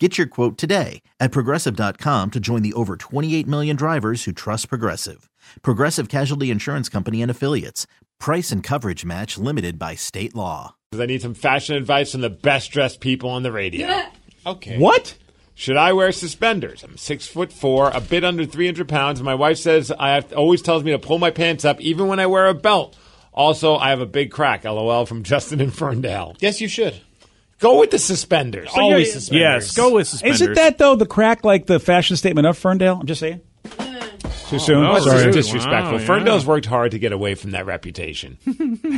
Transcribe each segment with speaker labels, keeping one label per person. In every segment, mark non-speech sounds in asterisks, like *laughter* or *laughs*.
Speaker 1: Get your quote today at progressive.com to join the over 28 million drivers who trust Progressive. Progressive Casualty Insurance Company and Affiliates. Price and coverage match limited by state law.
Speaker 2: I need some fashion advice from the best dressed people on the radio.
Speaker 3: Okay.
Speaker 2: What? Should I wear suspenders? I'm six foot four, a bit under 300 pounds. and My wife says I have always tells me to pull my pants up even when I wear a belt. Also, I have a big crack. LOL from *laughs* Justin in Ferndale.
Speaker 3: Yes, you should.
Speaker 2: Go with the suspenders.
Speaker 3: Always suspenders.
Speaker 4: Yes, go with suspenders.
Speaker 5: Isn't that though the crack like the fashion statement of Ferndale? I'm just saying.
Speaker 2: Oh,
Speaker 5: Too soon.
Speaker 4: no,
Speaker 2: That's
Speaker 5: Sorry.
Speaker 4: dude.
Speaker 2: disrespectful.
Speaker 4: Wow, yeah.
Speaker 2: Ferndale's worked hard to get away from that reputation.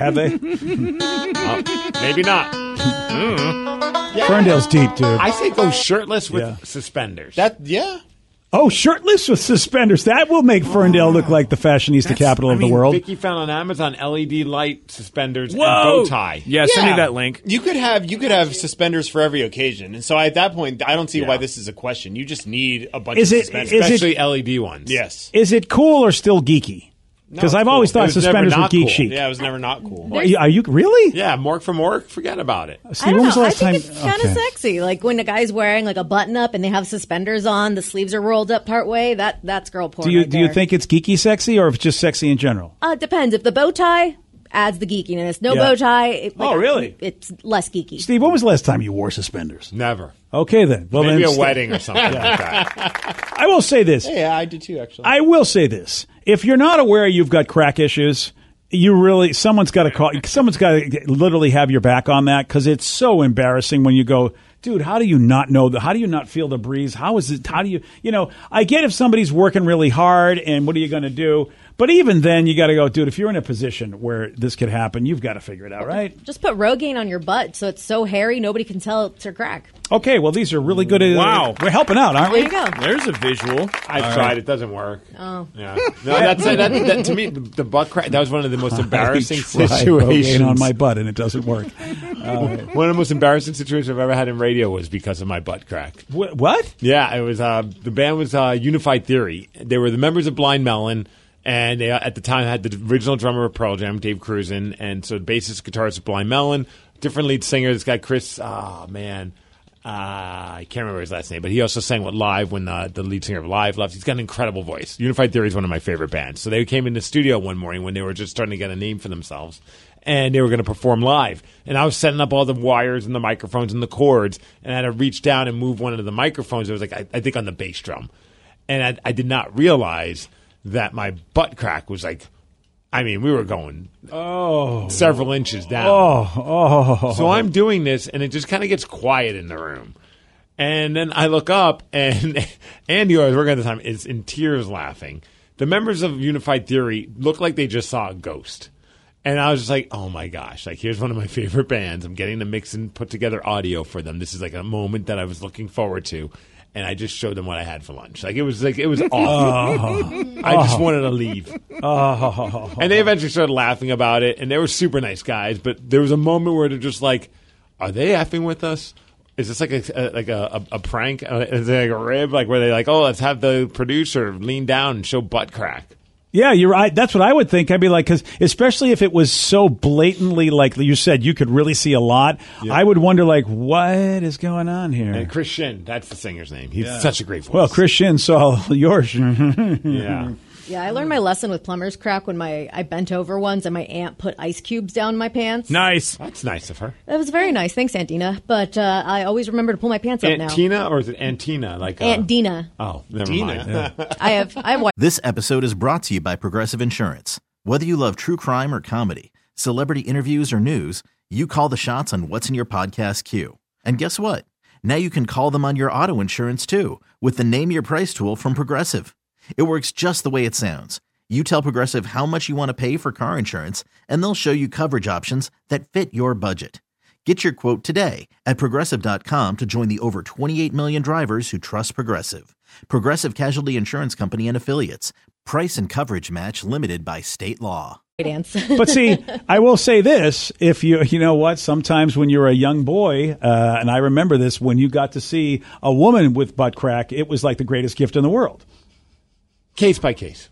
Speaker 5: Have they?
Speaker 2: *laughs* Maybe not.
Speaker 5: Ferndale's deep, dude.
Speaker 2: I say go shirtless with
Speaker 5: Yeah.
Speaker 2: suspenders.
Speaker 3: That yeah.
Speaker 5: oh, shirtless with suspenders. That will make Ferndale look like the fashionista capital
Speaker 2: I
Speaker 5: of the
Speaker 2: mean,
Speaker 5: world.
Speaker 2: Vicky found on Amazon
Speaker 5: E
Speaker 2: LED light suspenders
Speaker 4: Whoa!
Speaker 2: and bow tie.
Speaker 4: Yeah, send me that link.
Speaker 3: You could have you could have suspenders for every occasion, and so at that point, I don't see why this is a question. You just need a bunch
Speaker 5: Is
Speaker 3: of
Speaker 5: it-
Speaker 3: suspenders.
Speaker 5: is it-
Speaker 2: especially LED ones.
Speaker 3: yes.
Speaker 5: Is it cool or still geeky? Because I've always
Speaker 2: cool. It
Speaker 5: thought
Speaker 2: was never
Speaker 5: suspenders were
Speaker 2: not
Speaker 5: geek
Speaker 2: cool.
Speaker 5: chic.
Speaker 3: Yeah, it was never not cool.
Speaker 5: Are you- Are you really?
Speaker 2: Yeah, Mork from Mork, forget about it.
Speaker 5: See,
Speaker 6: I don't
Speaker 5: when was the
Speaker 6: know. I
Speaker 5: last
Speaker 6: think
Speaker 5: time?
Speaker 6: it's kind of
Speaker 5: okay.
Speaker 6: sexy. Like when a guy's wearing like a button up and they have suspenders on, the sleeves are rolled up part way. That that's girl porn.
Speaker 5: Do you
Speaker 6: right
Speaker 5: do you
Speaker 6: there.
Speaker 5: think it's geeky sexy or if it's just sexy in general?
Speaker 6: Uh, it depends. If the bow tie adds the geekiness, no
Speaker 5: Yeah.
Speaker 6: bow tie. It,
Speaker 5: Oh, really?
Speaker 6: It's less geeky.
Speaker 5: Steve, when was the last time you wore suspenders?
Speaker 2: Never.
Speaker 5: Okay then. Well
Speaker 2: Maybe
Speaker 5: then,
Speaker 2: a
Speaker 5: Steve-
Speaker 2: wedding
Speaker 5: *laughs*
Speaker 2: or something like that.
Speaker 5: I will say this.
Speaker 3: Yeah, I did too. Actually,
Speaker 5: I will say this: if you're not aware you've got crack issues, you really someone's got to call. Someone's got to literally have your back on that because it's so embarrassing when you go, dude. How do you not know? The, how do you not feel the breeze? How is it? How do you? You know, I get if somebody's working really hard, and what are you going to do? But even then, you got to go, dude. If you're in a position where this could happen, you've got to figure it out, right?
Speaker 6: Just put Rogaine on your butt so it's so hairy nobody can tell it's your crack.
Speaker 5: Okay. Well, these are really good. uh,
Speaker 4: Wow.
Speaker 5: we're helping out, aren't
Speaker 6: There
Speaker 5: we?
Speaker 6: you go.
Speaker 4: There's a visual.
Speaker 2: I've tried. It doesn't work. Oh. Yeah. No, that's it. That, that, to me, the, the butt crack, that was one of the most embarrassing
Speaker 5: *laughs* I tried
Speaker 2: situations.
Speaker 5: Rogaine on my butt, and it doesn't *laughs* work.
Speaker 2: one of the most embarrassing situations I've ever had in radio was because of my butt crack.
Speaker 5: Wh- what?
Speaker 2: Yeah, it was. Uh, the band was uh, Unified Theory. They were the members of Blind Melon, and they uh, at the time had the original drummer of Pearl Jam, Dave Cruzan, and so the bassist, guitarist of Blind Melon, different lead singer. This guy Chris. Oh man. Uh, I can't remember his last name, but he also sang with Live when uh, the lead singer of Live left. He's got an incredible voice. Unified Theory is one of my favorite bands. So they came in the studio one morning when they were just starting to get a name for themselves, and they were going to perform live. And I was setting up all the wires and the microphones and the cords, and I had to reach down and move one of the microphones. It was like, I, I think on the bass drum. And I, I did not realize that my butt crack was like, I mean, we were going oh several inches down. So I'm doing this, and it just kind of gets quiet in the room. And then I look up, and *laughs* Andy, who I was working at the time, is in tears laughing. The members of Unified Theory look like they just saw a ghost. And I was just like, oh my gosh, like here's one of my *laughs* favorite bands. I'm getting to mix and put together audio for them. This is like a moment that I was looking forward to. And I just showed them what I had for lunch. Like it was like it was awful. I just wanted to leave. And they eventually started laughing about it, and they were super nice guys. But there was a moment where they're just like, "Are they effing with us? Is this like a, a like a, a, a prank? Uh, Is it like a rib? Like where they like, oh, let's have the producer lean down and show butt crack."
Speaker 5: Yeah, you're right. That's what I would think. I'd be like, because especially if it was so blatantly, like you said, you could really see a lot. I would wonder, like, what is going on
Speaker 2: And
Speaker 5: here?
Speaker 2: Chris Shin, that's the singer's name. He's such a great voice.
Speaker 5: Well, Chris Shin saw *laughs* yours.
Speaker 2: yeah,
Speaker 6: Yeah, I learned my lesson with plumber's crack when my I bent over once and my aunt put ice cubes down my pants.
Speaker 4: Nice.
Speaker 2: that's nice of her.
Speaker 6: That was very nice. Thanks, Antina. But uh, I always remember to pull my pants up
Speaker 2: Aunt
Speaker 6: now.
Speaker 2: Tina, or is it Antina? Like uh,
Speaker 6: Aunt Dina.
Speaker 2: Oh, never mind. *laughs*
Speaker 6: I have I have
Speaker 1: This episode is brought to you by Progressive Insurance. Whether you love true crime or comedy, celebrity interviews or news, you call the shots on what's in your podcast queue. And guess what? Now you can call them on your auto insurance too with the Name Your Price tool from Progressive. It works just the way it sounds. You tell Progressive how much you want to pay for car insurance, and they'll show you coverage options that fit your budget. Get your quote today at progressive.com to join the over 28 million drivers who trust Progressive. Progressive Casualty Insurance Company and Affiliates. Price and coverage match limited by state law.
Speaker 6: dance.
Speaker 5: But see, I will say this: if you, you know what? Sometimes when you're a young boy, uh, and I remember this, when you got to see a woman with butt crack, it was like the greatest gift in the world.
Speaker 2: Case by case.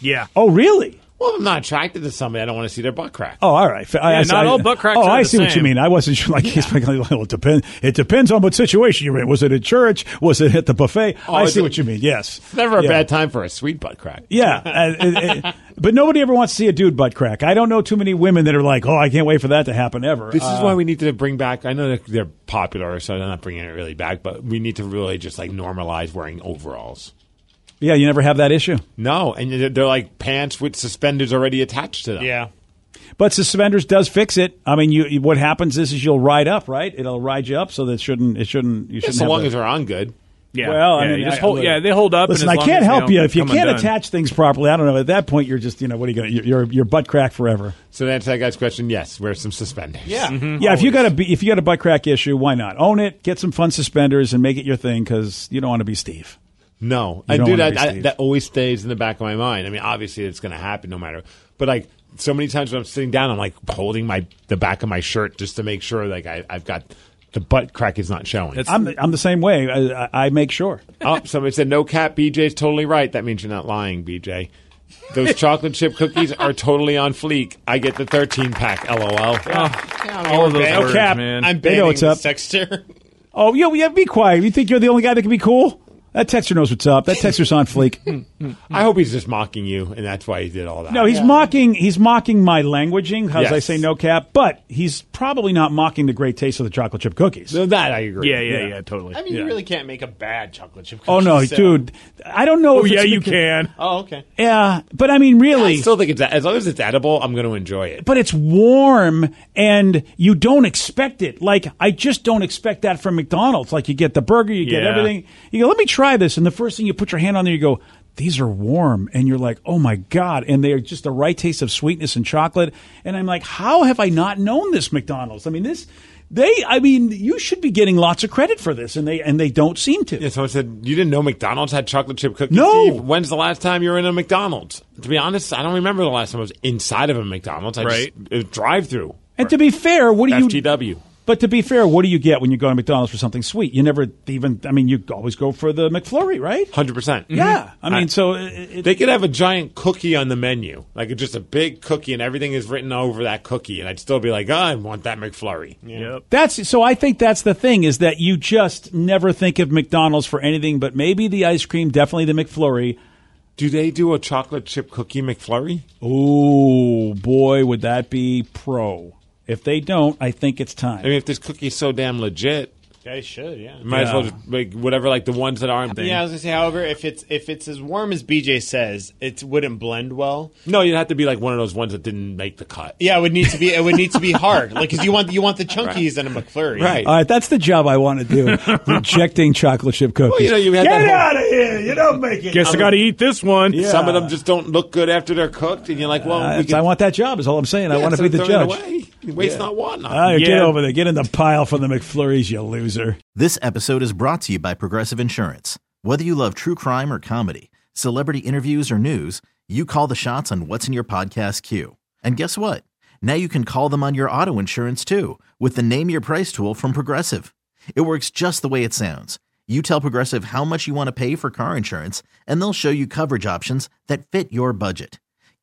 Speaker 4: Yeah.
Speaker 5: Oh, really?
Speaker 2: Well, I'm not attracted to somebody. I don't want to see their butt crack.
Speaker 5: Oh, all right. F- I,
Speaker 4: Yeah, not all butt cracks
Speaker 5: Oh,
Speaker 4: are
Speaker 5: I
Speaker 4: the
Speaker 5: see what you
Speaker 4: same.
Speaker 5: mean. I wasn't sure. Like, it's like, well, it depends. It depends on what situation you're in. Was it at church? Was it at the buffet? I
Speaker 2: it's
Speaker 5: see
Speaker 2: a-
Speaker 5: what you mean. Yes.
Speaker 2: It's never a
Speaker 5: Yeah.
Speaker 2: bad time for a sweet butt crack.
Speaker 5: *laughs* Yeah, uh, it- it- but nobody ever wants to see a dude butt crack. I don't know too many women that are like, "Oh, I can't wait for that to happen ever." Uh,
Speaker 2: This is why we need to bring back. I know that they're popular, so they're not bringing it really back, but we need to really just like normalize wearing overalls.
Speaker 5: yeah, you never have that issue.
Speaker 2: No, and they're they're like pants with suspenders already attached to them.
Speaker 4: Yeah.
Speaker 5: But suspenders does fix it. I mean, you, you- what happens is, is you'll ride up, right? It'll ride you up, so that shouldn't it shouldn't you
Speaker 2: Yeah,
Speaker 5: shouldn't.
Speaker 2: so
Speaker 5: have
Speaker 2: long
Speaker 5: that.
Speaker 2: as they're on good.
Speaker 4: Yeah.
Speaker 5: Well, I
Speaker 4: yeah,
Speaker 5: mean,
Speaker 4: you just
Speaker 5: I-
Speaker 4: hold,
Speaker 5: look-
Speaker 4: yeah, they hold up.
Speaker 5: Listen,
Speaker 4: and
Speaker 5: I
Speaker 4: as long
Speaker 5: can't
Speaker 4: as they
Speaker 5: help
Speaker 4: don't
Speaker 5: you if you
Speaker 4: come
Speaker 5: can't
Speaker 4: undone.
Speaker 5: attach things properly. I don't know. At that point, you're just you know what are you going to you're you're butt crack forever.
Speaker 2: So to answer that guy's question, yes, wear some suspenders.
Speaker 3: Yeah.
Speaker 4: Mm-hmm.
Speaker 5: yeah, if you got a be- if you got a butt crack issue, why not own it? Get some fun suspenders and make it your thing because you don't want to be Steve.
Speaker 2: No,
Speaker 5: You
Speaker 2: I
Speaker 5: don't
Speaker 2: do
Speaker 5: wanna
Speaker 2: that.
Speaker 5: be
Speaker 2: I,
Speaker 5: Steve.
Speaker 2: that always stays in the back of my mind. I mean, obviously, it's going to happen no matter. But like so many times when I'm sitting down, I'm like holding my the back of my shirt just to make sure like I, I've got the butt crack is not showing.
Speaker 4: That's-
Speaker 5: I'm I'm the same way. I, I, I make sure. *laughs*
Speaker 2: oh, somebody said no cap. BJ's totally right. That means you're not lying, BJ. Those chocolate chip cookies are totally on fleek. I get the 13 pack. LOL.
Speaker 4: Oh, all of those
Speaker 3: Okay. No
Speaker 4: words,
Speaker 5: cap.
Speaker 4: man. Hmm.
Speaker 3: I'm
Speaker 5: They
Speaker 3: banning
Speaker 5: know what's up.
Speaker 3: this texture.
Speaker 5: Oh, yo, yeah, be quiet. You think you're the only guy that can be cool? That texter knows what's up. That texter's on
Speaker 4: *laughs*
Speaker 5: fleek.
Speaker 2: I hope he's just mocking you, and that's why he did all that.
Speaker 5: No, he's mocking. He's mocking my languaging as I
Speaker 2: Yes.
Speaker 5: say no cap. But he's probably not mocking the great taste of the chocolate chip cookies.
Speaker 2: So that I agree.
Speaker 4: yeah, yeah,
Speaker 5: Yeah.
Speaker 4: yeah, totally.
Speaker 3: I mean,
Speaker 4: yeah.
Speaker 3: you really can't make a bad chocolate chip cookie.
Speaker 5: Oh no,
Speaker 3: so-
Speaker 5: dude! I don't know.
Speaker 4: Oh,
Speaker 5: if
Speaker 4: yeah,
Speaker 5: it's
Speaker 4: you
Speaker 5: because-
Speaker 4: can.
Speaker 3: Oh, okay.
Speaker 5: Yeah, but I mean,
Speaker 2: I
Speaker 5: really.
Speaker 2: still think it's as long as it's edible, I'm going to enjoy it.
Speaker 5: but it's warm and you don't expect it. Like I just don't expect that from McDonald's. Like you get the burger, you get
Speaker 4: Yeah.
Speaker 5: everything. You go, let me try this, and the first thing you put your hand on there, you go, these are warm, and you're like, oh my god, and they are just the right taste of sweetness and chocolate. And I'm like, how have I not known this McDonald's? I mean this. They, I mean, you should be getting lots of credit for this, and they and they don't seem to.
Speaker 2: Yeah, someone said you didn't know McDonald's had chocolate chip cookies.
Speaker 5: No.
Speaker 2: Steve? when's the last time you were in a McDonald's? To be honest, I don't remember the last time I was inside of a McDonald's. I
Speaker 4: Right.
Speaker 2: just drive through
Speaker 5: And to be fair, what do you
Speaker 2: FTW.
Speaker 5: But to be fair, what do you get when you go to McDonald's for something sweet? You never even, I mean, you always go for the McFlurry, right?
Speaker 2: Hundred percent. Mm-hmm.
Speaker 5: Yeah. I mean, so uh, it, it,
Speaker 2: They could have a giant cookie on the menu, like just a big cookie, and everything is written over that cookie, and I'd still be like, oh, I want that McFlurry.
Speaker 4: Yep.
Speaker 5: that's, so I think that's the thing is that you just never think of McDonald's for anything, but maybe the ice cream, definitely the McFlurry.
Speaker 2: Do they do a chocolate chip cookie McFlurry?
Speaker 5: Oh, boy, would that be pro. If they don't, I think it's time.
Speaker 2: I mean, if this cookie's so damn legit,
Speaker 3: Guys should, yeah.
Speaker 2: might as well just make whatever, like the ones that aren't.
Speaker 3: Yeah, I was gonna say. However, if it's if it's as warm as BJ says, it wouldn't blend well.
Speaker 2: No, you'd have to be like one of those ones that didn't make the cut.
Speaker 3: Yeah, it would need to be. It would need to be hard, like because you want you want the chunkies and a McFlurry,
Speaker 2: Right.
Speaker 5: All right, that's the job I want to do.
Speaker 2: *laughs*
Speaker 5: Rejecting chocolate chip cookies.
Speaker 2: you know, you had
Speaker 5: Get
Speaker 2: that whole-
Speaker 5: out of here. You don't make it.
Speaker 4: Guess I got to eat this one.
Speaker 2: Some of them just don't look good after they're cooked, and you're like, well, we
Speaker 5: That's-
Speaker 2: can,
Speaker 5: I want that job. Is all I'm saying. Uh, I
Speaker 2: yeah,
Speaker 5: want to
Speaker 2: instead
Speaker 5: be
Speaker 2: of
Speaker 5: the
Speaker 2: throwing it
Speaker 5: judge.
Speaker 2: Away. Waste not want not.
Speaker 5: Ah, Get
Speaker 4: Yeah.
Speaker 5: over there. Get in the pile for the McFlurries, you loser.
Speaker 1: This episode is brought to you by Progressive Insurance. Whether you love true crime or comedy, celebrity interviews or news, you call the shots on what's in your podcast queue. And guess what? Now you can call them on your auto insurance too with the Name Your Price tool from Progressive. It works just the way it sounds. You tell Progressive how much you want to pay for car insurance, and they'll show you coverage options that fit your budget.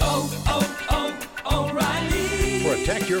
Speaker 7: Oh,
Speaker 8: Protect your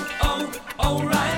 Speaker 7: oh, O'Reilly